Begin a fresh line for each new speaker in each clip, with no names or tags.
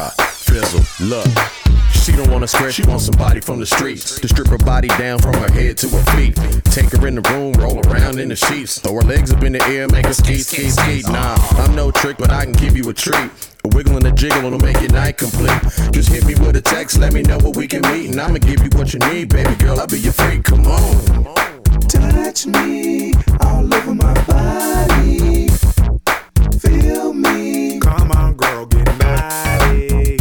bizzle. Look. She don't wanna scratch, she wants somebody from the streets. To strip her body down from her head to her feet. Take her in the room, roll around in the sheets. Throw her legs up in the air, make her ski, ski, ski. Nah, I'm no trick, but I can give you a treat. A wiggle and a jiggle will make your night complete. Just hit me with a text, let me know what we can meet. And I'ma give you what you need, baby girl, I'll be your freak. Come on.
Touch me all over my body. Feel me.
Come on, girl, get naughty.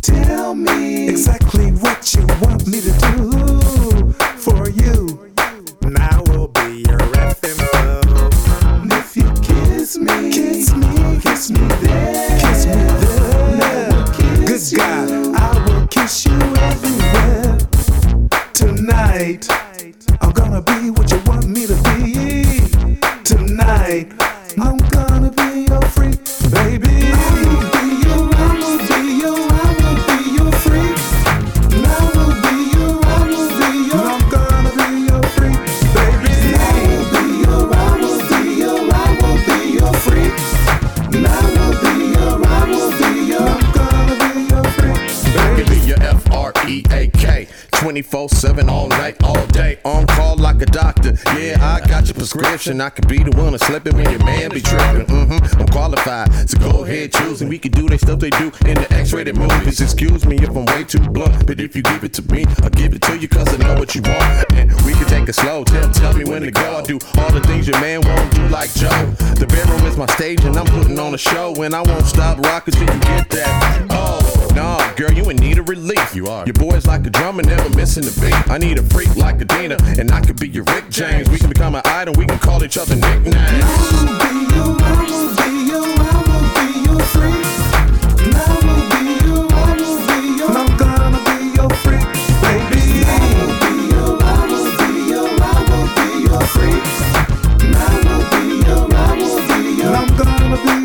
Tell me exactly what you want me to do for you.
Now we'll be your effing fool.
And if you kiss me, kiss me, kiss me there, kiss me there. Good God, I will kiss you everywhere tonight. I'm gonna be what you want me to be tonight. I'm gonna be your freak, baby. I will be your, I will be your, I will be your freak. And I will be your, I will be your. And I'm gonna be your freak, baby. I will be your, I will be your, I will be your freak. And I will be your, I will be your. And I'm gonna be your freak, baby.
It be your F R E A K. 24 7 all night, all day. On call like a doctor. Yeah, I got your prescription. I could be the one to slip it when your man be tripping. Mm-hmm. I'm qualified. So go ahead, choose. And we can do the stuff they do in the X rated movies. Excuse me if I'm way too blunt. But if you give it to me, I'll give it to you because I know what you want. And we can take it slow. Tell, tell me when to go. I do all the things your man won't do, like Joe. The bedroom is my stage, and I'm putting on a show. And I won't stop rocking till you get that. Oh. No, girl, you in need of relief. You are. Your boy's like a drummer, never missing a beat. I need a freak like Adina, and I could be your Rick James. We can become an item, we can call each other nicknames.
I'm gonna be